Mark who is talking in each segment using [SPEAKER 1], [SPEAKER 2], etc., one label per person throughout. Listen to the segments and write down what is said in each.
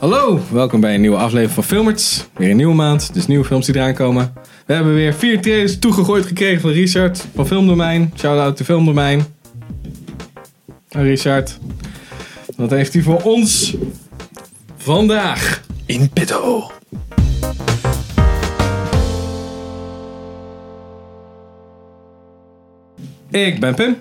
[SPEAKER 1] Hallo, welkom bij een nieuwe aflevering van Filmerts. Weer een nieuwe maand, dus nieuwe films die eraan komen. We hebben weer vier trailers toegegooid gekregen van Richard van Filmdomein. Shout-out to Filmdomein. Nou, Richard, wat heeft hij voor ons vandaag?
[SPEAKER 2] In pedo.
[SPEAKER 1] Ik ben Pim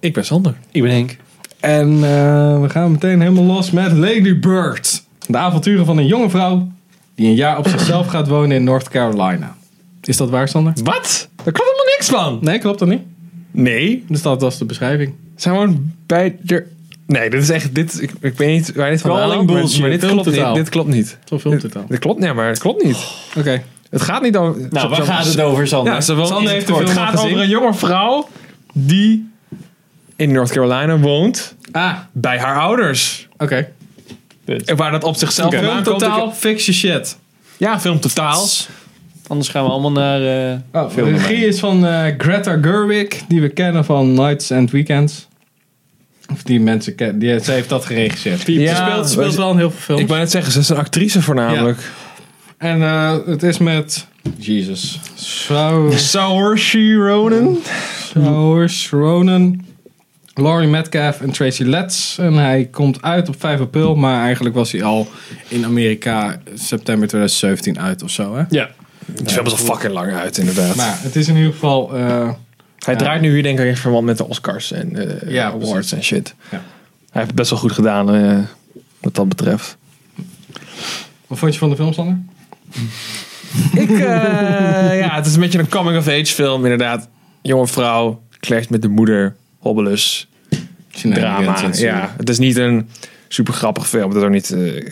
[SPEAKER 2] Ik ben Sander. Ik ben Henk.
[SPEAKER 1] en eh, we gaan meteen helemaal los met Lady Bird. De avonturen van een jonge vrouw die een jaar op zichzelf gaat wonen in North Carolina. Is dat waar, Sander?
[SPEAKER 2] Wat? Daar klopt helemaal niks van.
[SPEAKER 1] Nee, klopt dat niet?
[SPEAKER 2] Nee.
[SPEAKER 1] Dus dat was de beschrijving.
[SPEAKER 2] Zijn we gewoon bij de... Nee, dit is echt... Dit, ik, ik weet niet waar dit van
[SPEAKER 1] Calling
[SPEAKER 2] aanhaalt, maar-
[SPEAKER 1] bullshit.
[SPEAKER 2] Maar dit klopt,
[SPEAKER 1] Filmtotaal.
[SPEAKER 2] niet, dit klopt niet.
[SPEAKER 1] Zo filmt het al.
[SPEAKER 2] Dit klopt, nee, maar het klopt niet.
[SPEAKER 1] Oké.
[SPEAKER 2] Het gaat niet over...
[SPEAKER 3] Nou, waar gaat het over, Sander?
[SPEAKER 2] Ja, ze woont
[SPEAKER 1] Sander
[SPEAKER 2] in-
[SPEAKER 1] heeft de
[SPEAKER 2] Het
[SPEAKER 1] film al
[SPEAKER 2] gaat
[SPEAKER 1] gezien.
[SPEAKER 2] over een jonge vrouw die in North Carolina woont
[SPEAKER 1] Ah,
[SPEAKER 2] bij haar ouders.
[SPEAKER 1] oké.
[SPEAKER 2] En waar dat op zichzelf
[SPEAKER 1] Film
[SPEAKER 2] vandaan komt,
[SPEAKER 1] totaal,
[SPEAKER 2] ik-
[SPEAKER 1] fix je shit.
[SPEAKER 2] Ja, film totaal.
[SPEAKER 3] Anders gaan we allemaal naar... eh,
[SPEAKER 1] Oh, de
[SPEAKER 3] Film domein.
[SPEAKER 1] regie is van eh, Greta Gerwig, die we kennen van Nights and Weekends. Of die mensen kennen. Die, ze heeft dat geregisseerd. Die
[SPEAKER 2] Ja,
[SPEAKER 1] ze speelt, ze speelt
[SPEAKER 2] we-
[SPEAKER 1] wel in heel veel films.
[SPEAKER 2] Ik wou net zeggen, ze is een actrice voornamelijk.
[SPEAKER 1] En eh, het is met... Jesus. Saw-
[SPEAKER 2] Saoirse Ronan.
[SPEAKER 1] Saoirse Ronan, Laurie Metcalf en Tracy Letts. En hij komt uit op 5 april, maar eigenlijk was hij al in Amerika september 2017 uit of zo. Hè?
[SPEAKER 3] ja.
[SPEAKER 2] Die film is al fucking lang uit, inderdaad.
[SPEAKER 1] Maar het is in ieder geval... eh,
[SPEAKER 2] Hij
[SPEAKER 1] Ja.
[SPEAKER 2] draait nu hier denk ik in verband met de Oscars en eh,
[SPEAKER 1] Ja,
[SPEAKER 2] awards
[SPEAKER 1] precies.
[SPEAKER 2] en shit.
[SPEAKER 1] Ja.
[SPEAKER 2] Hij heeft het best wel goed gedaan eh, wat dat betreft.
[SPEAKER 1] Wat vond je van de film, Sander?
[SPEAKER 2] Ik, eh, ja, het is een beetje een coming of age film inderdaad. Jonge vrouw, clash met de moeder, hobbelus, drama. Ja, het is niet een super grappig film. Dat ook niet. eh,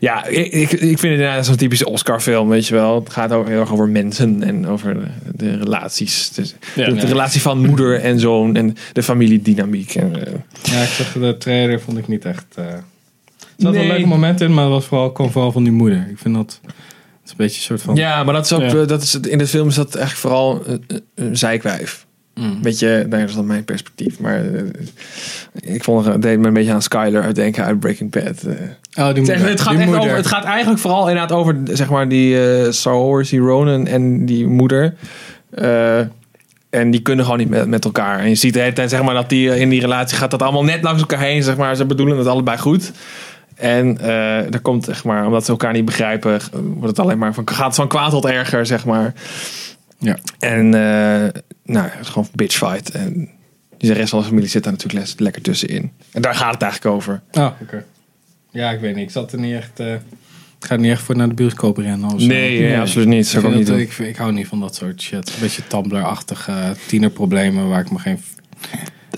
[SPEAKER 2] ja, ik, ik, ik vind het inderdaad zo'n typische Oscar film, weet je wel. Het gaat ook heel erg over mensen en over de, de relaties. Dus
[SPEAKER 3] Ja,
[SPEAKER 2] de, de
[SPEAKER 3] ja.
[SPEAKER 2] relatie van moeder en zoon en de familiedynamiek. En, eh,
[SPEAKER 1] Ja, ik zeg, de trailer vond ik niet echt... eh, er zat wel
[SPEAKER 2] Nee.
[SPEAKER 1] leuke momenten in, maar het was vooral, kwam vooral van die moeder. Ik vind dat... Het is een beetje een soort van...
[SPEAKER 2] Ja, maar dat is ook,
[SPEAKER 3] Ja.
[SPEAKER 2] eh, dat is, het- in de film is dat echt vooral eh, eh, een zijkwijf.
[SPEAKER 1] Mm.
[SPEAKER 2] Weet je, dat is dan mijn perspectief. Maar eh, ik vond, het deed me een beetje aan Skyler uitdenken uit Breaking Bad. eh.
[SPEAKER 1] Oh, die
[SPEAKER 2] Het,
[SPEAKER 1] moeder.
[SPEAKER 2] echt- het gaat
[SPEAKER 1] die
[SPEAKER 2] echt
[SPEAKER 1] moeder.
[SPEAKER 2] over, het gaat eigenlijk vooral inderdaad over zeg maar, die eh Saoirse Ronan en die moeder. Eh, en die kunnen gewoon niet met, met elkaar. En je ziet de hele tijd zeg maar, dat die, eh, in die relatie gaat dat allemaal net langs elkaar heen. Zeg maar. Ze bedoelen het allebei goed. En eh er komt, zeg maar, omdat ze elkaar niet begrijpen, g- wordt het alleen maar van, gaat het van kwaad tot erger, zeg maar.
[SPEAKER 1] Ja.
[SPEAKER 2] En eh, nou, het is gewoon een bitchfight. En de rest van de familie zit daar natuurlijk les- lekker tussenin. En daar gaat het eigenlijk over.
[SPEAKER 1] Oh, oké. Ja, ik weet niet. Ik zat er niet echt... eh, ik ga er niet echt voor naar de bioscoop rennen. of zo.
[SPEAKER 2] Nee, ja, absoluut niet.
[SPEAKER 1] Ik,
[SPEAKER 2] Zou ik
[SPEAKER 1] vind
[SPEAKER 2] ook niet
[SPEAKER 1] dat,
[SPEAKER 2] doen.
[SPEAKER 1] ik, vind- ik hou niet van dat soort shit. Een beetje Tumblr-achtige tienerproblemen waar ik me geen...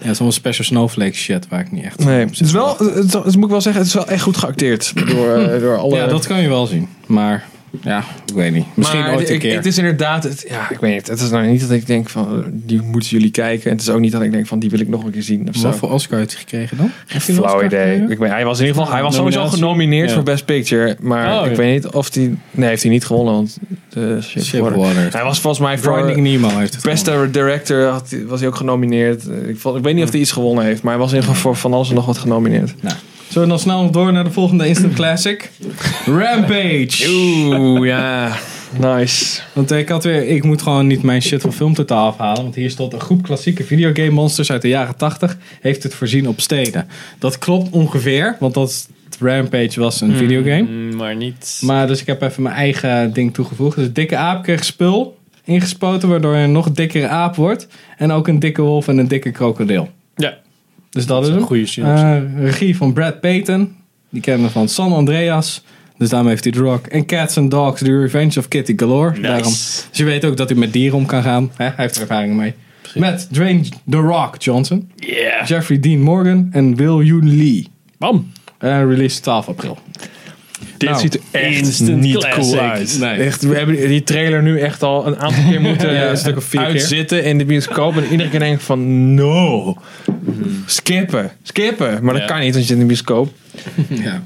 [SPEAKER 1] Ja, zo'n special snowflake shit waar ik niet echt...
[SPEAKER 2] Nee,
[SPEAKER 1] op
[SPEAKER 2] het
[SPEAKER 1] zit
[SPEAKER 2] is
[SPEAKER 1] te
[SPEAKER 2] wel,
[SPEAKER 1] wachten.
[SPEAKER 2] het, is- moet ik wel zeggen, het is wel echt goed geacteerd door, eh, door alle...
[SPEAKER 1] Ja, dat kan je wel zien. Maar ja, ik weet niet. Misschien
[SPEAKER 2] maar
[SPEAKER 1] ooit een
[SPEAKER 2] ik-
[SPEAKER 1] keer.
[SPEAKER 2] Het is inderdaad, het, ja, ik weet niet. Het is nou niet dat ik denk van, eh, die moeten jullie kijken. Het is ook niet dat ik denk van, die wil ik nog een keer zien of zo.
[SPEAKER 1] Wat voor Oscar heeft hij gekregen dan? Heeft hij een
[SPEAKER 2] Flauw
[SPEAKER 1] Oscar
[SPEAKER 2] idee.
[SPEAKER 1] gekregen?
[SPEAKER 2] Ik weet, hij was in ieder geval, hij was sowieso
[SPEAKER 3] Nominatie.
[SPEAKER 2] genomineerd
[SPEAKER 3] Ja.
[SPEAKER 2] voor Best Picture. Maar
[SPEAKER 3] Oh,
[SPEAKER 2] ik
[SPEAKER 3] ja.
[SPEAKER 2] weet niet of hij, nee, heeft hij niet gewonnen. Want, eh, shit,
[SPEAKER 1] Shape of
[SPEAKER 2] geworden.
[SPEAKER 1] Water.
[SPEAKER 2] Hij was volgens mij voor
[SPEAKER 1] Finding Nemo heeft het gewonnen.
[SPEAKER 2] beste director, had, hij- was hij ook genomineerd. Eh, Ik, vond- ik weet niet of hij iets gewonnen heeft, maar hij was in ieder geval voor van alles en nog wat genomineerd.
[SPEAKER 1] Zullen we dan snel door naar de volgende Instant Classic? Rampage!
[SPEAKER 2] Oeh, ja. Nice.
[SPEAKER 1] Want ik had weer, ik moet gewoon niet mijn shit van filmtotaal afhalen. Want hier stond een groep klassieke videogame monsters uit de jaren 80 heeft het voorzien op steden. Dat klopt ongeveer, want dat is- Rampage was een videogame.
[SPEAKER 3] Mm, maar niet...
[SPEAKER 1] Maar dus ik heb even mijn eigen ding toegevoegd. Dus dikke aap kreeg spul ingespoten, waardoor hij een nog dikkere aap wordt. En ook een dikke wolf en een dikke krokodil.
[SPEAKER 3] ja,
[SPEAKER 1] Dus dat is
[SPEAKER 3] een
[SPEAKER 1] hem.
[SPEAKER 3] goede zin.
[SPEAKER 1] Eh, regie van Brad Payton. Die kennen we van San Andreas. Dus daarmee heeft hij The Rock. En Cats and Dogs, The Revenge of Kitty Galore. Daarom. Dus je weet ook dat hij met dieren om kan gaan. Hè? Hij heeft er ervaring mee. Met Dwayne The Rock Johnson,
[SPEAKER 3] Yeah.
[SPEAKER 1] Jeffrey Dean Morgan en Will Yoon Lee.
[SPEAKER 3] Bam.
[SPEAKER 1] Eh, release 12 april.
[SPEAKER 2] Dit
[SPEAKER 1] Nou,
[SPEAKER 2] ziet er echt
[SPEAKER 3] instant
[SPEAKER 2] niet
[SPEAKER 3] classic.
[SPEAKER 2] cool uit.
[SPEAKER 1] Nee.
[SPEAKER 2] Echt, we hebben die trailer nu echt al een aantal keer moeten
[SPEAKER 1] Ja, een stuk of vier keer.
[SPEAKER 2] uitzitten in de bioscoop. En iedere keer denk ik van, no. Skippen, skippen. Maar
[SPEAKER 3] Ja.
[SPEAKER 2] dat kan niet, want je zit in de bioscoop.
[SPEAKER 1] Ja.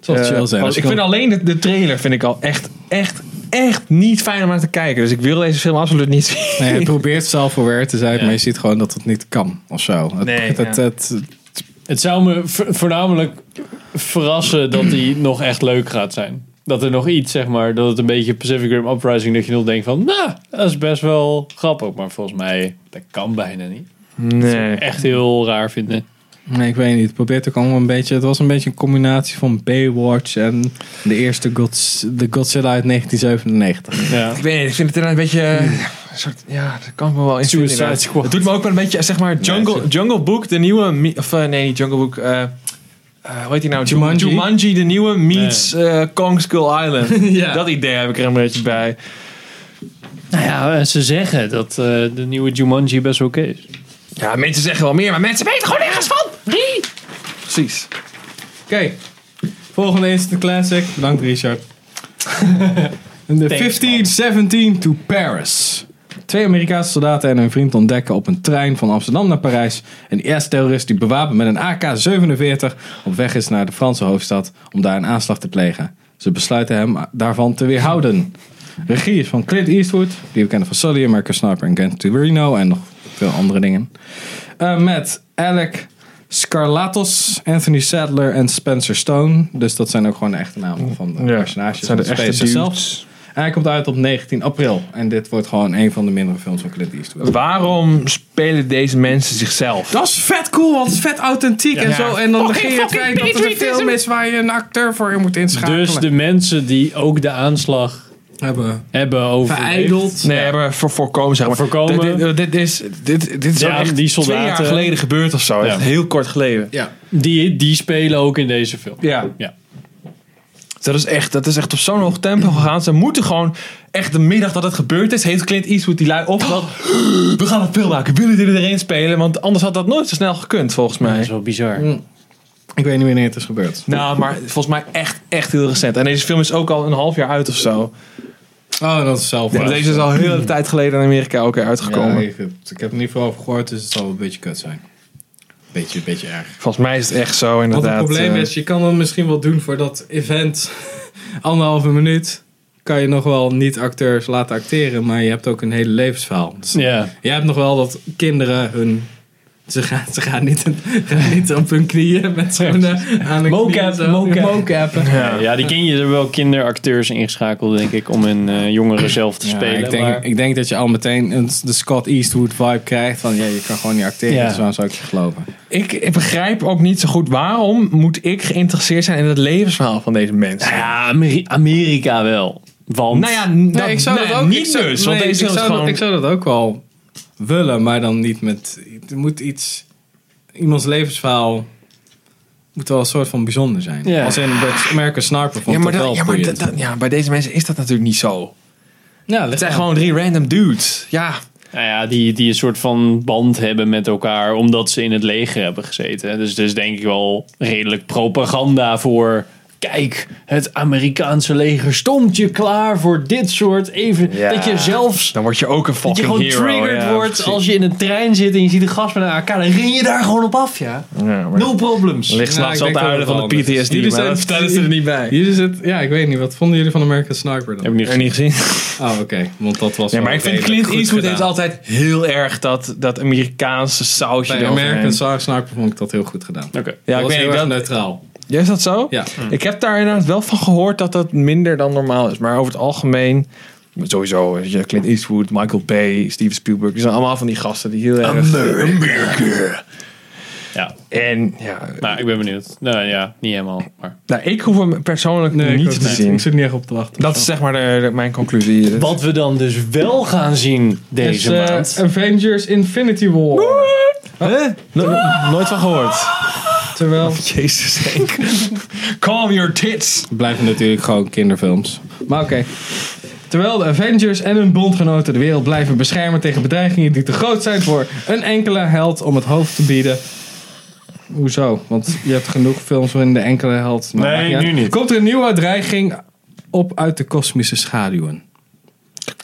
[SPEAKER 1] Zoals
[SPEAKER 2] Eh,
[SPEAKER 1] je al zei. als
[SPEAKER 2] want
[SPEAKER 1] je
[SPEAKER 2] ik vind alleen de, de trailer vind ik al echt, echt, echt niet fijn om naar te kijken. Dus ik wil deze film absoluut niet zien.
[SPEAKER 1] Nee, hij probeert self-aware te zijn,
[SPEAKER 3] Ja.
[SPEAKER 1] maar je ziet gewoon dat het niet kan of zo. Het,
[SPEAKER 2] Nee,
[SPEAKER 1] het,
[SPEAKER 2] ja.
[SPEAKER 1] het, het
[SPEAKER 3] Het zou me vo- voornamelijk verrassen dat die nog echt leuk gaat zijn. Dat er nog iets, zeg maar, dat het een beetje Pacific Rim Uprising, dat je nog denkt van, nou, dat is best wel grappig. Maar volgens mij, dat kan bijna niet.
[SPEAKER 2] Nee.
[SPEAKER 3] Echt heel raar vinden.
[SPEAKER 1] Nee, ik weet niet. Het probeert ook allemaal een beetje. Het was een beetje een combinatie van Baywatch en de eerste Gods, de Godzilla uit 1997.
[SPEAKER 3] Ja.
[SPEAKER 2] Ik weet niet, ik vind het inderdaad een beetje... eh, Een soort, ja, dat kan ik me wel in vinden,
[SPEAKER 3] Suicide
[SPEAKER 2] inderdaad.
[SPEAKER 3] Squad.
[SPEAKER 2] Het doet me ook wel een beetje, zeg maar, Jungle, Jungle Book, de nieuwe... me- Of eh, nee, niet Jungle Book... eh eh, hoe heet die nou?
[SPEAKER 1] Jumanji?
[SPEAKER 2] de nieuwe meets eh, Kong Skull Island.
[SPEAKER 1] Ja.
[SPEAKER 2] Dat idee heb ik er een beetje bij.
[SPEAKER 3] Nou ja, eh, ze zeggen dat eh, de nieuwe Jumanji best oké is.
[SPEAKER 2] Ja, mensen zeggen wel meer, maar mensen weten gewoon nergens van. Nee. Precies.
[SPEAKER 1] Oké, volgende Instant Classic. Bedankt Richard. En de
[SPEAKER 3] Thanks,
[SPEAKER 1] 1517 to Paris. Twee Amerikaanse soldaten en hun vriend ontdekken op een trein van Amsterdam naar Parijs een IS-terrorist die bewapend met een AK-47 op weg is naar de Franse hoofdstad om daar een aanslag te plegen. Ze besluiten hem daarvan te weerhouden. Regie is van Clint Eastwood, die we kennen van Sully, American Sniper en Gran Torino en nog veel andere dingen. Eh, met Alec Scarlatos, Anthony Sadler en Spencer Stone. Dus dat zijn ook gewoon de echte namen van de personages.
[SPEAKER 2] zijn de
[SPEAKER 1] van
[SPEAKER 2] echte
[SPEAKER 1] Space
[SPEAKER 2] dudes.
[SPEAKER 1] zelf. En hij komt uit op 19 april. En dit wordt gewoon een van de mindere films van Clint Eastwood.
[SPEAKER 2] Waarom spelen deze mensen zichzelf?
[SPEAKER 1] Dat is vet cool, want het is vet authentiek en
[SPEAKER 2] Ja.
[SPEAKER 1] zo. En dan
[SPEAKER 2] Fucking,
[SPEAKER 1] negeer je het
[SPEAKER 2] fucking
[SPEAKER 1] feit dat het een
[SPEAKER 2] patriotism.
[SPEAKER 1] film is waar je een acteur voor je moet inschakelen.
[SPEAKER 3] Dus de mensen die ook de aanslag
[SPEAKER 1] hebben
[SPEAKER 3] hebben over
[SPEAKER 1] vereideld.
[SPEAKER 2] Nee, maar voor voorkomen zeg maar.
[SPEAKER 3] Voorkomen.
[SPEAKER 2] Dit, dit, dit is, dit, dit is
[SPEAKER 3] Ja,
[SPEAKER 2] wel echt
[SPEAKER 3] die
[SPEAKER 2] twee jaar
[SPEAKER 3] soldaten.
[SPEAKER 2] geleden gebeurd of zo.
[SPEAKER 3] Ja.
[SPEAKER 2] Echt heel kort geleden.
[SPEAKER 1] Ja.
[SPEAKER 3] Die, die spelen ook in deze film.
[SPEAKER 2] Ja.
[SPEAKER 3] Ja.
[SPEAKER 2] Dat is echt, dat is echt op zo'n hoog tempo gegaan. Ze moeten gewoon echt de middag dat het gebeurd is, heeft Clint Eastwood die lui opgebeld. We gaan een film maken. Willen jullie erin spelen? Want anders had dat nooit zo snel gekund volgens
[SPEAKER 3] Dat is
[SPEAKER 2] mij.
[SPEAKER 3] wel bizar.
[SPEAKER 1] Hm. Ik weet niet wanneer het is gebeurd.
[SPEAKER 2] Nou, maar volgens mij echt, echt heel recent. En deze film is ook al een half jaar uit of zo.
[SPEAKER 1] Oh, dat is zelf.
[SPEAKER 2] Ja, Deze is al heel hele tijd geleden in Amerika ook weer uitgekomen.
[SPEAKER 1] ik, heb- ik heb er niet veel over gehoord, dus het zal wel een beetje kut zijn. Beetje, beetje erg.
[SPEAKER 2] Volgens mij is het echt zo
[SPEAKER 1] Want
[SPEAKER 2] inderdaad.
[SPEAKER 1] het probleem
[SPEAKER 2] eh,
[SPEAKER 1] is, je kan dat misschien wel doen voor dat event. Anderhalve minuut kan je nog wel niet-acteurs laten acteren, maar je hebt ook een hele levensverhaal. Dus
[SPEAKER 3] Ja.
[SPEAKER 1] Jij hebt nog wel dat kinderen hun... Ze gaan, ze gaan, niet, gaan niet op hun knieën met zo'n eh, aan hun
[SPEAKER 3] Mocap,
[SPEAKER 1] knieën zo.
[SPEAKER 3] mocap.
[SPEAKER 1] mocappen.
[SPEAKER 2] Ja.
[SPEAKER 3] Ja, die ken je er wel kinderacteurs ingeschakeld, denk ik, om hun eh, jongeren zelf te
[SPEAKER 1] Ja,
[SPEAKER 3] spelen.
[SPEAKER 1] ik, denk,
[SPEAKER 3] maar-
[SPEAKER 1] ik denk dat je al meteen een, de Scott Eastwood vibe krijgt van ja, je kan gewoon niet acteren,
[SPEAKER 3] Ja.
[SPEAKER 1] dus waarom zou ik je geloven?
[SPEAKER 2] Ik, ik begrijp ook niet zo goed waarom moet ik geïnteresseerd zijn in het levensverhaal van deze mensen.
[SPEAKER 3] Nou ja, Ameri- Amerika wel. Want
[SPEAKER 2] Nou ja, n- dat,
[SPEAKER 1] Nee, ik zou
[SPEAKER 2] nou
[SPEAKER 1] dat
[SPEAKER 2] ja,
[SPEAKER 1] ook
[SPEAKER 2] niet
[SPEAKER 1] ik zou,
[SPEAKER 2] dus. Want
[SPEAKER 1] nee,
[SPEAKER 2] deze
[SPEAKER 1] ik,
[SPEAKER 2] film is
[SPEAKER 1] zou
[SPEAKER 2] gewoon...
[SPEAKER 1] dat, ik zou dat ook wel willen, maar dan niet met. Het moet iets. Iemands levensverhaal moet wel een soort van bijzonder zijn.
[SPEAKER 3] Ja.
[SPEAKER 1] Als in Bert American Sniper vond
[SPEAKER 2] ja, maar,
[SPEAKER 1] dat
[SPEAKER 2] dat,
[SPEAKER 1] wel
[SPEAKER 2] ja, maar
[SPEAKER 1] boeiend.
[SPEAKER 2] dat- dat- ja, bij deze mensen is dat natuurlijk niet zo.
[SPEAKER 1] ja,
[SPEAKER 2] Het zijn gewoon drie random dudes. Ja,
[SPEAKER 3] Nou ja, die, die een soort van band hebben met elkaar, omdat ze in het leger hebben gezeten. Dus dus denk ik wel redelijk propaganda voor. Kijk, het Amerikaanse leger stond je klaar voor dit soort even.
[SPEAKER 2] Ja.
[SPEAKER 3] Dat je zelfs
[SPEAKER 2] dan word je ook een
[SPEAKER 3] dat je
[SPEAKER 2] fucking
[SPEAKER 3] gewoon
[SPEAKER 2] hero.
[SPEAKER 3] triggered
[SPEAKER 2] ja,
[SPEAKER 3] wordt
[SPEAKER 2] precies.
[SPEAKER 3] als je in een trein zit en je ziet een gast met een AK, dan ren je daar gewoon op af, ja.
[SPEAKER 2] Ja, maar
[SPEAKER 3] No problems.
[SPEAKER 2] ligt
[SPEAKER 1] Nou, ik
[SPEAKER 2] s'nachts al
[SPEAKER 1] denk dat
[SPEAKER 2] te huilen
[SPEAKER 1] het
[SPEAKER 2] van de
[SPEAKER 1] wel anders is.
[SPEAKER 2] PTSD,
[SPEAKER 1] Jullie
[SPEAKER 2] maar
[SPEAKER 1] zijn-
[SPEAKER 2] dat vertellen ze er niet bij.
[SPEAKER 1] Hier is het, ja, ik weet niet. Wat vonden jullie van American Sniper dan?
[SPEAKER 3] Heb ik niet
[SPEAKER 2] Er niet gezien.
[SPEAKER 1] Oh, oké. Want dat was.
[SPEAKER 2] Ja, maar
[SPEAKER 1] wel
[SPEAKER 2] ik vind
[SPEAKER 1] redelijk
[SPEAKER 2] Clint
[SPEAKER 1] goed
[SPEAKER 2] Eastwood
[SPEAKER 1] gedaan.
[SPEAKER 2] heeft altijd heel erg dat, dat Amerikaanse sausje
[SPEAKER 1] Bij
[SPEAKER 2] eroverheen.
[SPEAKER 1] American Sniper vond ik dat heel goed gedaan.
[SPEAKER 3] Oké.
[SPEAKER 2] Ja,
[SPEAKER 1] dat
[SPEAKER 2] ik
[SPEAKER 1] was
[SPEAKER 2] weet
[SPEAKER 1] heel
[SPEAKER 2] niet,
[SPEAKER 1] erg
[SPEAKER 2] dat,
[SPEAKER 1] neutraal.
[SPEAKER 2] Ja, is dat zo?
[SPEAKER 1] Ja.
[SPEAKER 2] Ik heb daar inderdaad wel van gehoord dat dat minder dan normaal is. Maar over het algemeen, sowieso, weet je, Clint Eastwood, Michael Bay, Steven Spielberg. Die zijn allemaal van die gasten die heel erg...
[SPEAKER 3] Ja,
[SPEAKER 2] En ja,
[SPEAKER 3] nou, ik ben benieuwd. Nou ja, niet helemaal, maar...
[SPEAKER 2] nou, ik hoef hem persoonlijk
[SPEAKER 1] Nee, ik,
[SPEAKER 2] niet
[SPEAKER 1] was
[SPEAKER 2] te
[SPEAKER 1] niet-
[SPEAKER 2] zien.
[SPEAKER 1] ik zit niet echt op te wachten.
[SPEAKER 2] Dat is zeg maar de, de- mijn conclusie. Dat-
[SPEAKER 3] Wat we dan dus wel gaan zien deze
[SPEAKER 1] Dus, eh,
[SPEAKER 3] maand.
[SPEAKER 1] Avengers Infinity War.
[SPEAKER 2] Huh? No- no- nooit van gehoord.
[SPEAKER 1] Terwijl.
[SPEAKER 2] Jezus, Henk. Calm your tits.
[SPEAKER 1] Het blijven natuurlijk gewoon kinderfilms. Maar oké. Terwijl de Avengers en hun bondgenoten de wereld blijven beschermen tegen bedreigingen die te groot zijn voor een enkele held om het hoofd te bieden. Hoezo? Want je hebt genoeg films waarin de enkele held. maar
[SPEAKER 3] Nee,
[SPEAKER 1] maakt niet uit.
[SPEAKER 3] nu niet.
[SPEAKER 1] Komt er een nieuwe dreiging op uit de kosmische schaduwen?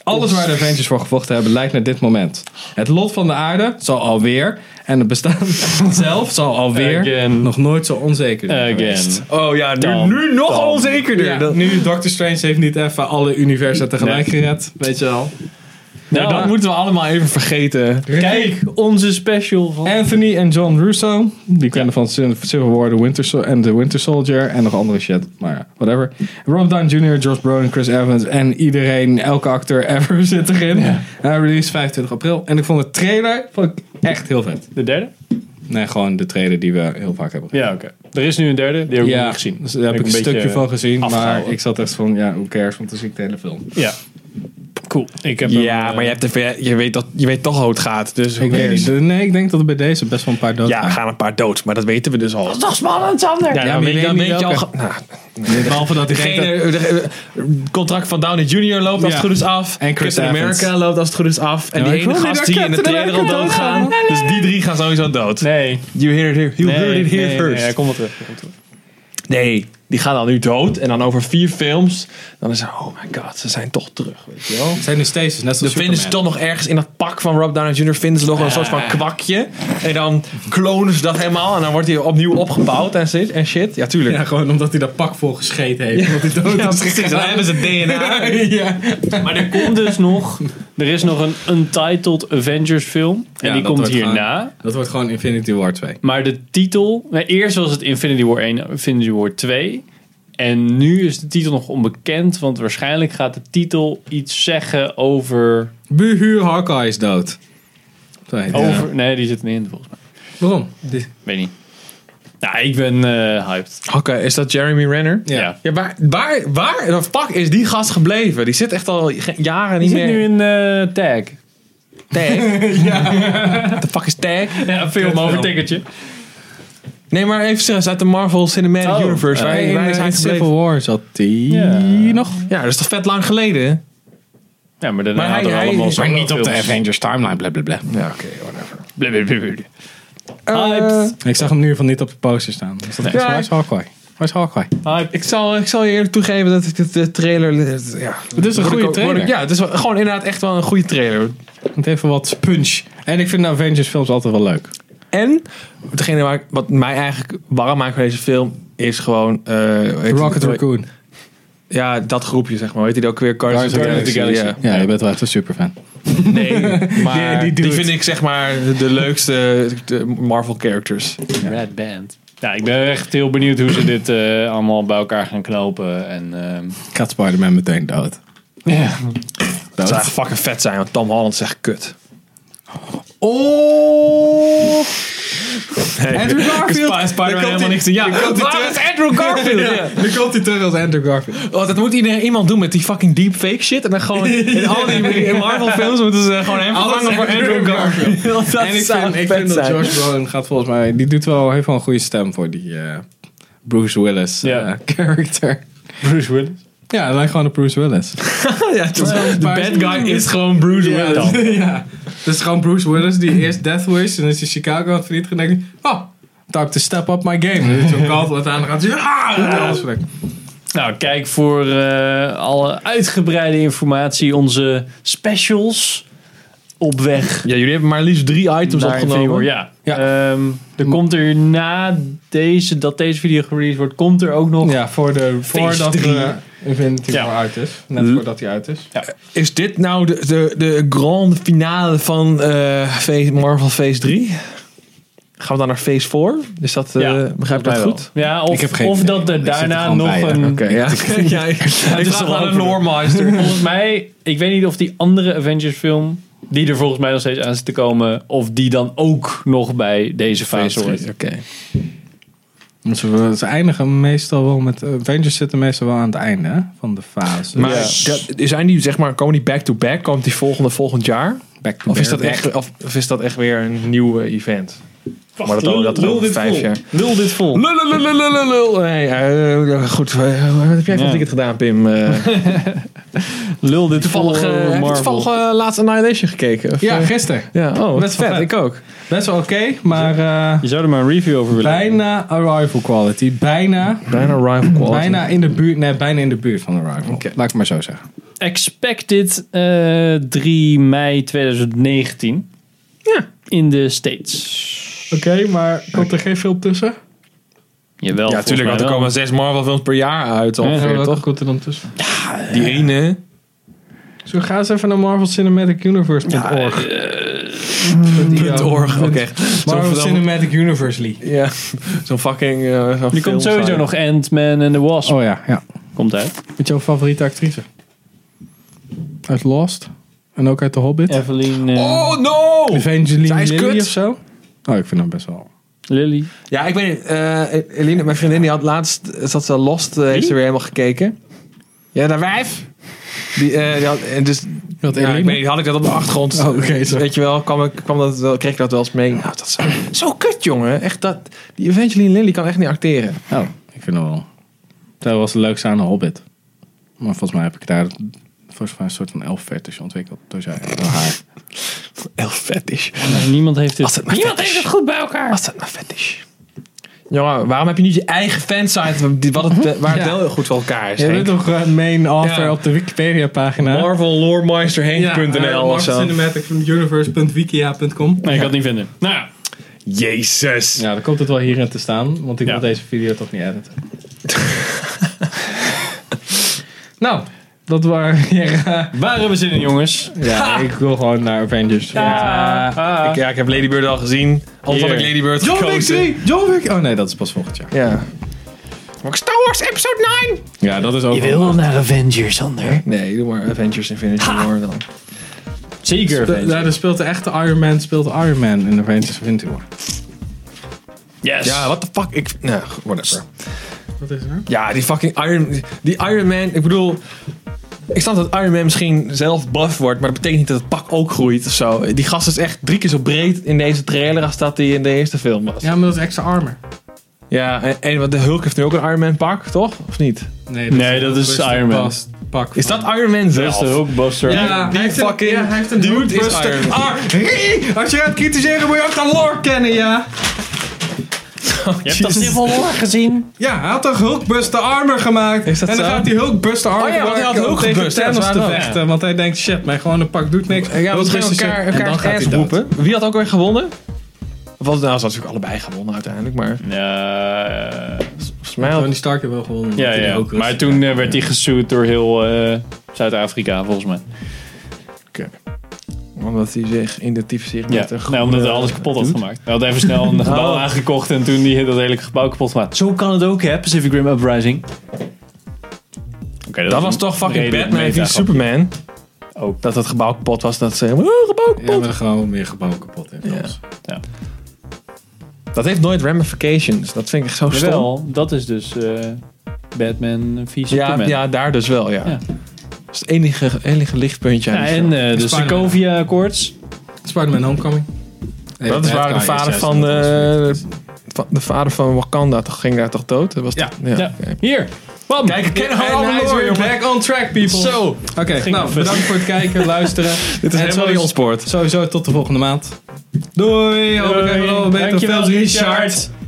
[SPEAKER 1] Alles waar de Avengers voor gevochten hebben lijkt naar dit moment. Het lot van de aarde zal alweer en het bestaan zelf zal alweer
[SPEAKER 3] Again.
[SPEAKER 1] nog nooit zo onzeker zijn geweest.
[SPEAKER 3] eh, Again. Nou,
[SPEAKER 2] Oh ja, nu,
[SPEAKER 3] Dan,
[SPEAKER 2] nu nog
[SPEAKER 3] dan.
[SPEAKER 2] onzekerder.
[SPEAKER 1] Ja,
[SPEAKER 2] Dat-
[SPEAKER 1] nu Doctor Strange heeft niet even alle universa tegelijk gered, weet je wel.
[SPEAKER 2] Nou, dat moeten we allemaal even vergeten.
[SPEAKER 3] Kijk, onze special van...
[SPEAKER 1] Anthony en John Russo. Die kennen van Civil Civil War The Winter Sol- en The Winter Soldier. En nog andere shit. Maar ja, whatever. Rob Downey Jr., Josh Brolin, Chris Evans. En iedereen, elke acteur ever zit erin. Eh, release 25 april. En ik vond de trailer vond ik echt heel vet.
[SPEAKER 3] De derde?
[SPEAKER 1] Nee, gewoon de trailer die we heel vaak hebben
[SPEAKER 3] Ja, oké. Er is nu een derde, die heb ik nog niet gezien.
[SPEAKER 1] dus daar heb ik een stukje
[SPEAKER 3] beetje-
[SPEAKER 1] van gezien. Maar
[SPEAKER 3] afgehouden.
[SPEAKER 1] ik zat echt van, ja, hoe cares? Want toen zie ik de hele film.
[SPEAKER 3] Ja. Cool. Ik heb hem,
[SPEAKER 2] Ja,
[SPEAKER 3] eh,
[SPEAKER 2] maar je, hebt de ver- je, weet dat, je weet toch hoe het gaat. Dus
[SPEAKER 1] Ik weet niet. Nee, ik denk dat er bij deze best wel een paar dood
[SPEAKER 2] Ja, er gaan een paar dood, maar dat weten we dus al.
[SPEAKER 3] Toch spannend,
[SPEAKER 2] Ja,
[SPEAKER 3] Sander!
[SPEAKER 1] Ja,
[SPEAKER 2] dan
[SPEAKER 1] maar
[SPEAKER 2] weet,
[SPEAKER 1] je
[SPEAKER 2] dan
[SPEAKER 1] weet niet
[SPEAKER 2] weet je al.
[SPEAKER 1] welke.
[SPEAKER 2] ge- Nou,
[SPEAKER 1] Behalve dat ik denk dat-
[SPEAKER 2] degene, de- het contract van Downey Jr. loopt als
[SPEAKER 1] Ja.
[SPEAKER 2] het goed is af.
[SPEAKER 1] En Chris
[SPEAKER 2] Captain
[SPEAKER 1] Evans.
[SPEAKER 2] America loopt als het goed is af. En
[SPEAKER 1] Ja,
[SPEAKER 2] die
[SPEAKER 1] ik
[SPEAKER 2] ene
[SPEAKER 1] wil niet
[SPEAKER 2] gast
[SPEAKER 1] dat
[SPEAKER 2] die in de
[SPEAKER 1] Captain
[SPEAKER 2] trailer al
[SPEAKER 1] America
[SPEAKER 2] doodgaan.
[SPEAKER 1] doodgaat.
[SPEAKER 2] Dus die drie gaan sowieso dood.
[SPEAKER 3] Nee.
[SPEAKER 2] You heard it here, you
[SPEAKER 3] Nee,
[SPEAKER 2] heard it here
[SPEAKER 3] nee,
[SPEAKER 2] first.
[SPEAKER 3] Nee, hij komt wel terug. hij komt wel terug.
[SPEAKER 2] Nee, die gaan dan nu dood. En dan over vier films, dan is het, oh my god, ze zijn toch terug, weet je wel.
[SPEAKER 1] Het zijn nu steeds, dus net
[SPEAKER 2] Dan
[SPEAKER 1] zoals
[SPEAKER 2] vinden ze
[SPEAKER 1] Superman.
[SPEAKER 2] toch nog ergens in dat pak van Rob Downey Jr. vinden ze nog een soort van kwakje. En dan klonen ze dat helemaal. En dan wordt hij opnieuw opgebouwd en shit. En shit. Ja, tuurlijk.
[SPEAKER 1] Ja, gewoon omdat hij dat pak vol gescheten heeft. Ja, omdat hij dood
[SPEAKER 2] Ja,
[SPEAKER 1] is
[SPEAKER 2] precies. Dan hebben ze DNA.
[SPEAKER 1] ja.
[SPEAKER 3] Maar er komt dus nog... Er is nog een Untitled Avengers film. En
[SPEAKER 1] Ja, dat
[SPEAKER 3] die komt
[SPEAKER 1] wordt
[SPEAKER 3] hierna.
[SPEAKER 1] Dat wordt gewoon Infinity War 2.
[SPEAKER 3] Maar de titel... Nou, eerst was het Infinity War 1, Infinity War 2. En nu is de titel nog onbekend. Want waarschijnlijk gaat de titel iets zeggen over...
[SPEAKER 1] Buhu Hawkeye is dood. Zo heet hij.
[SPEAKER 3] over nee, die zit er niet in volgens mij.
[SPEAKER 1] Waarom? Die-
[SPEAKER 3] Weet niet. Nou, ik ben eh, hyped.
[SPEAKER 2] Oké, is dat Jeremy Renner?
[SPEAKER 1] ja.
[SPEAKER 3] Ja.
[SPEAKER 2] Ja, waar, waar, waar de fuck is die gast gebleven? Die zit echt al ge- jaren niet
[SPEAKER 3] Die zit
[SPEAKER 2] meer.
[SPEAKER 3] nu in eh, Tag.
[SPEAKER 2] Tag. The fuck is Tag?
[SPEAKER 3] Ja, een film over tikkertje.
[SPEAKER 2] Nee, maar even serieus, uit de Marvel Cinematic
[SPEAKER 3] Oh,
[SPEAKER 2] Universe.
[SPEAKER 1] Eh,
[SPEAKER 2] Waar,
[SPEAKER 1] in,
[SPEAKER 2] waar
[SPEAKER 1] eh,
[SPEAKER 2] is hij gebleven?
[SPEAKER 1] Civil War zat die
[SPEAKER 3] Ja.
[SPEAKER 1] nog.
[SPEAKER 2] Ja, dat is toch vet lang geleden?
[SPEAKER 3] Ja, maar daarna
[SPEAKER 2] Maar hij-
[SPEAKER 3] hadden we
[SPEAKER 2] hij-
[SPEAKER 3] allemaal
[SPEAKER 2] hij-
[SPEAKER 3] zo'n films.
[SPEAKER 1] Avengers timeline, blablabla.
[SPEAKER 2] Ja, oké, whatever.
[SPEAKER 3] Blablabla.
[SPEAKER 2] Eh,
[SPEAKER 1] Ah, Ik zag hem nu van niet op de poster staan. Dus dat
[SPEAKER 2] Ja.
[SPEAKER 1] waar is Hawkeye? Waar is Hawkeye?
[SPEAKER 3] Hyped.
[SPEAKER 2] ik, zal, ik zal je eerlijk toegeven dat ik de, de trailer... Ja,
[SPEAKER 1] Het is een
[SPEAKER 2] Word ik
[SPEAKER 1] goede
[SPEAKER 2] ook-
[SPEAKER 1] trailer.
[SPEAKER 2] word ik- ja, het is wel- gewoon inderdaad echt wel een goede trailer.
[SPEAKER 1] Het heeft wel wat punch. En ik vind de Avengers films altijd wel leuk.
[SPEAKER 2] En, degene waar, ik- wat mij eigenlijk warm maakt voor deze film, is gewoon... eh, hoe heet
[SPEAKER 1] Rocket
[SPEAKER 2] die-
[SPEAKER 1] Raccoon.
[SPEAKER 2] Ja, dat groepje, zeg maar. Weet je die ook weer?
[SPEAKER 1] Guardians of
[SPEAKER 3] the Galaxy.
[SPEAKER 2] ja.
[SPEAKER 1] Ja, je bent wel echt een superfan.
[SPEAKER 2] Nee, maar
[SPEAKER 1] Die- die
[SPEAKER 2] die,
[SPEAKER 1] dude.
[SPEAKER 2] vind ik zeg maar de, de leukste de Marvel characters.
[SPEAKER 1] Nou,
[SPEAKER 3] Red Band. Ja, ik ben echt heel benieuwd hoe ze dit eh, allemaal bij elkaar gaan knopen. En, ehm,
[SPEAKER 1] Gaat Spider-Man meteen dood.
[SPEAKER 3] ja.
[SPEAKER 2] Dat zou echt fucking vet zijn, want Tom Holland zegt kut.
[SPEAKER 1] Oh!
[SPEAKER 2] Nee.
[SPEAKER 1] Andrew Garfield.
[SPEAKER 2] Sp-
[SPEAKER 1] Daar
[SPEAKER 2] Spider-Man
[SPEAKER 1] komt
[SPEAKER 2] helemaal
[SPEAKER 1] hij.
[SPEAKER 2] niks te Ja,
[SPEAKER 1] Daar komt hij
[SPEAKER 2] waar
[SPEAKER 1] terug.
[SPEAKER 2] is Andrew Garfield?
[SPEAKER 1] Ja,
[SPEAKER 2] Ja.
[SPEAKER 1] nu komt hij terug als Andrew Garfield.
[SPEAKER 2] Oh, dat moet iedereen iemand doen met die fucking deepfake shit. En dan gewoon in al die in Marvel films moeten ze gewoon hem
[SPEAKER 1] Alles
[SPEAKER 2] vervangen voor
[SPEAKER 1] Andrew
[SPEAKER 2] Andrew Garfield. dat
[SPEAKER 1] en ik
[SPEAKER 2] zou
[SPEAKER 1] vind, ik
[SPEAKER 2] vet
[SPEAKER 1] vind dat
[SPEAKER 2] zijn.
[SPEAKER 1] George Brolin gaat volgens mij... Die doet wel, heeft wel een goede stem voor die eh, Bruce Willis eh,
[SPEAKER 3] Ja.
[SPEAKER 1] character.
[SPEAKER 3] Bruce Willis.
[SPEAKER 1] Ja, hij lijkt gewoon op Bruce Willis.
[SPEAKER 2] Ja, de bad guy is gewoon Bruce Willis.
[SPEAKER 1] ja. ja. Dat is gewoon Bruce Willis die eerst Death Wish en dan is hij Chicago aan het vernietigen. En dan denkt hij, oh, time to step up my game. En dan is zo'n Caldwell aan en dan gaat hij... Ah, en dan alles weg.
[SPEAKER 3] Nou, kijk voor eh, alle uitgebreide informatie. Onze specials op weg.
[SPEAKER 2] Ja, jullie hebben maar liefst drie items
[SPEAKER 3] naar Infinity War.
[SPEAKER 2] opgenomen.
[SPEAKER 3] Ja.
[SPEAKER 1] Ja.
[SPEAKER 3] Ehm, er komt er na deze, dat deze video gereleased wordt, komt er ook nog...
[SPEAKER 1] Ja, voor de, voordat
[SPEAKER 2] drie.
[SPEAKER 1] de Infinity
[SPEAKER 3] Ja.
[SPEAKER 1] War uit is. Net voordat hij uit is.
[SPEAKER 2] Is dit nou de, de, de grande finale van eh, Phase- Marvel Phase 3? Gaan we dan naar Phase 4? Is dat, eh,
[SPEAKER 3] Ja,
[SPEAKER 2] begrijp ik dat
[SPEAKER 3] Wel.
[SPEAKER 2] goed?
[SPEAKER 3] Ja, of,
[SPEAKER 1] Ik heb geen
[SPEAKER 3] of
[SPEAKER 1] idee.
[SPEAKER 3] dat er
[SPEAKER 1] Ik zit er
[SPEAKER 3] daarna
[SPEAKER 1] gewoon
[SPEAKER 3] nog
[SPEAKER 1] bij, hè.
[SPEAKER 3] een...
[SPEAKER 2] Oké, ja. ja. Ik
[SPEAKER 3] is
[SPEAKER 2] vraag
[SPEAKER 3] wel
[SPEAKER 2] naar een
[SPEAKER 3] over.
[SPEAKER 2] loremeister.
[SPEAKER 3] Volgens mij, ik weet niet of die andere Avengers film, die er volgens mij nog steeds aan zit te komen, of die dan ook nog bij deze fase hoort.
[SPEAKER 2] Oké.
[SPEAKER 1] Ze, ze eindigen meestal wel met... Avengers zitten meestal wel aan het einde hè, van de fase.
[SPEAKER 2] Maar
[SPEAKER 3] Ja.
[SPEAKER 2] dat, zijn die, zeg maar, komen die back-to-back? Komt die volgende volgend jaar?
[SPEAKER 1] Back to
[SPEAKER 2] Of is,
[SPEAKER 1] bear
[SPEAKER 2] dat
[SPEAKER 1] back.
[SPEAKER 2] echt, of, of is dat echt weer een nieuw eh, event? Maar dat
[SPEAKER 3] lul,
[SPEAKER 2] dat
[SPEAKER 3] lul
[SPEAKER 2] over
[SPEAKER 3] dit
[SPEAKER 2] vijf
[SPEAKER 3] vol.
[SPEAKER 2] jaar.
[SPEAKER 3] Lul dit vol.
[SPEAKER 2] Lulululululul. Nee, eh, goed. eh, Wat heb jij van
[SPEAKER 3] Ja.
[SPEAKER 2] het weekend gedaan, Pim? Eh,
[SPEAKER 3] Lul dit
[SPEAKER 2] Toevallig,
[SPEAKER 3] vol.
[SPEAKER 2] eh, heb je
[SPEAKER 3] Marvel.
[SPEAKER 2] toevallig eh, laatst Annihilation gekeken? Of,
[SPEAKER 1] Ja,
[SPEAKER 2] eh,
[SPEAKER 1] gisteren.
[SPEAKER 2] ja. Oh, wat
[SPEAKER 1] Best wel
[SPEAKER 2] vet.
[SPEAKER 1] vet.
[SPEAKER 2] Ik ook.
[SPEAKER 1] Best wel oké, maar eh,
[SPEAKER 3] Je zou er maar een review over willen
[SPEAKER 1] bijna arrival quality. Bijna,
[SPEAKER 2] Bijna rival quality.
[SPEAKER 1] bijna in de buurt. Nee, bijna in de buurt van arrival.
[SPEAKER 2] Oké.
[SPEAKER 1] Laat ik het maar zo zeggen.
[SPEAKER 3] Expected eh 3 mei 2019.
[SPEAKER 2] Ja.
[SPEAKER 3] In de States.
[SPEAKER 1] Oké, maar komt er geen film tussen?
[SPEAKER 2] Ja,
[SPEAKER 3] Jawel, volgens
[SPEAKER 2] natuurlijk,
[SPEAKER 3] mij
[SPEAKER 2] want er
[SPEAKER 3] wel.
[SPEAKER 2] komen zes Marvel films per jaar uit. Ongeveer,
[SPEAKER 1] welke
[SPEAKER 2] toch?
[SPEAKER 1] komt er dan tussen?
[SPEAKER 2] Die ene.
[SPEAKER 1] Zo ga eens even naar Marvel Cinematic Universe.org.
[SPEAKER 2] eh, .org, oké.
[SPEAKER 1] Marvel
[SPEAKER 2] Zo'n
[SPEAKER 1] Cinematic Universe League.
[SPEAKER 2] ja, zo'n fucking... eh, zo'n
[SPEAKER 3] Die komt
[SPEAKER 2] filmsite.
[SPEAKER 3] sowieso nog Ant-Man and the Wasp.
[SPEAKER 1] Oh ja, ja.
[SPEAKER 3] Komt uit.
[SPEAKER 1] Met jouw favoriete actrice? Uit Lost. En ook uit The Hobbit.
[SPEAKER 3] Evelyn, eh,
[SPEAKER 2] Oh, no! Zij
[SPEAKER 1] Evangeline
[SPEAKER 2] is
[SPEAKER 1] Lilly
[SPEAKER 2] kut.
[SPEAKER 1] of zo? Oh, ik vind hem best wel...
[SPEAKER 3] Lily.
[SPEAKER 2] Ja, ik weet niet. eh, Eline, mijn vriendin, die had laatst, zat ze Lost, eh, heeft ze weer helemaal gekeken. Ja, dat wijf. Die, eh, die had, en dus,
[SPEAKER 1] Wat
[SPEAKER 2] ja, ik weet niet, had ik dat op de achtergrond.
[SPEAKER 1] Oh, oké, zo.
[SPEAKER 2] weet je wel, kwam ik, kwam dat wel, kreeg ik dat wel eens mee. Nou, dat is zo kut, jongen. Echt dat, die Evangeline Lilly kan echt niet acteren.
[SPEAKER 1] Oh, ik vind hem wel... Dat was het leukste aan The Hobbit. Maar volgens mij heb ik daar... Volgens mij een soort van elf fetish ontwikkeld door zij. Door haar.
[SPEAKER 2] Heel vet is.
[SPEAKER 3] Nee, Nou, niemand heeft
[SPEAKER 2] Als
[SPEAKER 3] dit.
[SPEAKER 2] het maar vet is.
[SPEAKER 3] goed bij elkaar.
[SPEAKER 2] Als dat nou vet is. Jongen, waarom heb je niet je eigen fansite die- wat het, waar het
[SPEAKER 1] Ja.
[SPEAKER 2] wel heel goed voor elkaar is?
[SPEAKER 1] Je bent
[SPEAKER 2] Henk?
[SPEAKER 1] toch een main author
[SPEAKER 2] Ja.
[SPEAKER 1] op de Wikipedia pagina?
[SPEAKER 2] Marvel Loremeister Henk.nl of zo.
[SPEAKER 1] Cinematic.universe.wikia.com
[SPEAKER 3] Nee, ik had het niet vinden. Nou ja.
[SPEAKER 2] Jezus.
[SPEAKER 1] Ja, dan komt het wel hierin te staan, want ik
[SPEAKER 3] Ja.
[SPEAKER 1] wil deze video toch niet editen. nou, dat waren weer... eh,
[SPEAKER 3] Waar hebben we zin in, jongens?
[SPEAKER 1] ja, ik wil gewoon naar Avengers.
[SPEAKER 3] Ah.
[SPEAKER 2] Ik, ja, ik heb Ladybird al gezien. Anders had ik
[SPEAKER 3] Hier.
[SPEAKER 2] Ladybird
[SPEAKER 1] John Wick
[SPEAKER 2] gekozen.
[SPEAKER 1] 3! John Wick! Oh nee, dat is pas volgend jaar.
[SPEAKER 2] Ja. Maar Star Wars Episode 9!
[SPEAKER 1] Ja, dat is ook...
[SPEAKER 3] naar Avengers, Ander.
[SPEAKER 2] Nee, doe maar Avengers Infinity War dan.
[SPEAKER 3] Zeker
[SPEAKER 1] Da-
[SPEAKER 3] Avengers.
[SPEAKER 1] daar daar speelt de echte Iron Man, speelt Iron Man in Avengers Infinity War.
[SPEAKER 3] Yes.
[SPEAKER 2] Ja, what the fuck? Ik... Nou, whatever.
[SPEAKER 1] Wat is er?
[SPEAKER 2] Ja, die fucking Iron... Die Iron Man... Ik bedoel... Ik snap dat Iron Man misschien zelf buff wordt, maar dat betekent niet dat het pak ook groeit of zo. Die gast is echt drie keer zo breed in deze trailer als dat hij in de eerste film was. Ja,
[SPEAKER 1] Ja, maar dat is extra armor.
[SPEAKER 2] en, en wat de Hulk heeft nu ook een Iron Man pak, toch? Of niet?
[SPEAKER 3] Nee, dat is
[SPEAKER 1] de
[SPEAKER 3] Iron Man.
[SPEAKER 1] past- Pak
[SPEAKER 2] Is dat Iron Man zelf?
[SPEAKER 3] Dat is de Hulkbuster.
[SPEAKER 1] Ja,
[SPEAKER 2] die
[SPEAKER 1] hij heeft
[SPEAKER 2] fucking
[SPEAKER 1] een, ja, hij heeft een
[SPEAKER 2] dude is
[SPEAKER 1] hulpbuster.
[SPEAKER 2] Iron Man.
[SPEAKER 1] Ah, rie! als je gaat kritiseren moet je ook de lore kennen, ja.
[SPEAKER 3] Je hebt dat
[SPEAKER 2] Jezus.
[SPEAKER 3] sniffel gezien?
[SPEAKER 1] Ja, hij had toch Hulkbuster armer gemaakt.
[SPEAKER 2] Is dat
[SPEAKER 1] en dan
[SPEAKER 2] zo?
[SPEAKER 1] gaat hij Hulkbuster armer
[SPEAKER 2] Oh ja, want hij had
[SPEAKER 1] gebruiken om
[SPEAKER 2] Hulk gebust,
[SPEAKER 1] tegen
[SPEAKER 2] dat
[SPEAKER 1] Thanos
[SPEAKER 2] is
[SPEAKER 1] te
[SPEAKER 2] waar wel,
[SPEAKER 1] vechten. Want hij denkt, shit, mijn gewone pak doet niks.
[SPEAKER 2] Ja, we
[SPEAKER 1] Hulkbuster
[SPEAKER 2] gingen elkaar,
[SPEAKER 1] shit. En dan
[SPEAKER 2] elkaar
[SPEAKER 1] gaat
[SPEAKER 2] ass
[SPEAKER 1] hij dood.
[SPEAKER 2] roepen. Wie had ook weer gewonnen? Of was, nou, ze hadden natuurlijk allebei gewonnen uiteindelijk, maar
[SPEAKER 3] Ja,
[SPEAKER 2] volgens mij had...
[SPEAKER 1] Tony Stark heeft wel gewonnen.
[SPEAKER 3] ja,
[SPEAKER 1] omdat hij
[SPEAKER 3] ja.
[SPEAKER 1] Hulk was.
[SPEAKER 3] Maar toen eh, werd hij gesuwd door heel eh, Zuid-Afrika, volgens mij.
[SPEAKER 2] Omdat hij zich identificeert
[SPEAKER 3] Ja,
[SPEAKER 2] met
[SPEAKER 1] Nou,
[SPEAKER 2] een
[SPEAKER 3] nee, omdat hij alles kapot had gemaakt. Hij had even snel een gebouw
[SPEAKER 2] eh, Oh.
[SPEAKER 3] aangekocht en toen die dat hele gebouw kapot gemaakt. Zo kan het ook, hè, Pacific Rim Uprising. Oké,
[SPEAKER 2] Dat
[SPEAKER 3] is
[SPEAKER 2] was
[SPEAKER 3] een Oh.
[SPEAKER 2] toch fucking
[SPEAKER 3] redelijk
[SPEAKER 2] Batman
[SPEAKER 3] meta-
[SPEAKER 2] v Superman.
[SPEAKER 3] Ook.
[SPEAKER 2] Dat het gebouw kapot was. Dat ze helemaal, oh, gebouw
[SPEAKER 1] Ja,
[SPEAKER 2] kapot.
[SPEAKER 1] maar gewoon meer gebouwen kapot. heeft alles.
[SPEAKER 2] Dat heeft nooit ramifications. Dat vind ik echt zo stom.
[SPEAKER 3] Jawel, dat is dus eh, Batman v
[SPEAKER 2] Ja,
[SPEAKER 3] Superman.
[SPEAKER 2] ja, daar dus wel, ja.
[SPEAKER 3] Ja.
[SPEAKER 2] Dat is het enige, enige lichtpuntje aan
[SPEAKER 3] Ja,
[SPEAKER 2] die
[SPEAKER 3] en
[SPEAKER 2] film.
[SPEAKER 3] eh, de
[SPEAKER 1] Spider-Man.
[SPEAKER 3] Sokovia-akkoords.
[SPEAKER 1] Spider-Man Homecoming. Nee,
[SPEAKER 2] Dat is waar de
[SPEAKER 1] Batman
[SPEAKER 2] vader
[SPEAKER 1] is
[SPEAKER 2] van,
[SPEAKER 1] juist,
[SPEAKER 2] eh,
[SPEAKER 1] dat is niet.
[SPEAKER 2] Van- De vader van Wakanda toch, ging daar toch dood? Dat was
[SPEAKER 1] Ja.
[SPEAKER 2] toch-
[SPEAKER 3] Ja.
[SPEAKER 2] oké.
[SPEAKER 3] Hier. Bam.
[SPEAKER 1] Kijk, kennen we allemaal
[SPEAKER 2] lore, jongen.
[SPEAKER 1] Back on track, people.
[SPEAKER 2] Zo.
[SPEAKER 1] Oké,
[SPEAKER 3] ging
[SPEAKER 1] nou,
[SPEAKER 3] wel
[SPEAKER 1] bedankt voor het kijken, luisteren.
[SPEAKER 2] Dit is
[SPEAKER 1] En
[SPEAKER 2] helemaal niet
[SPEAKER 1] sowieso-
[SPEAKER 2] ons sport.
[SPEAKER 1] Sowieso tot de volgende maand. Doei. Hopelijk hebben we wel beter
[SPEAKER 3] Dankjewel,
[SPEAKER 1] films,
[SPEAKER 3] Richard.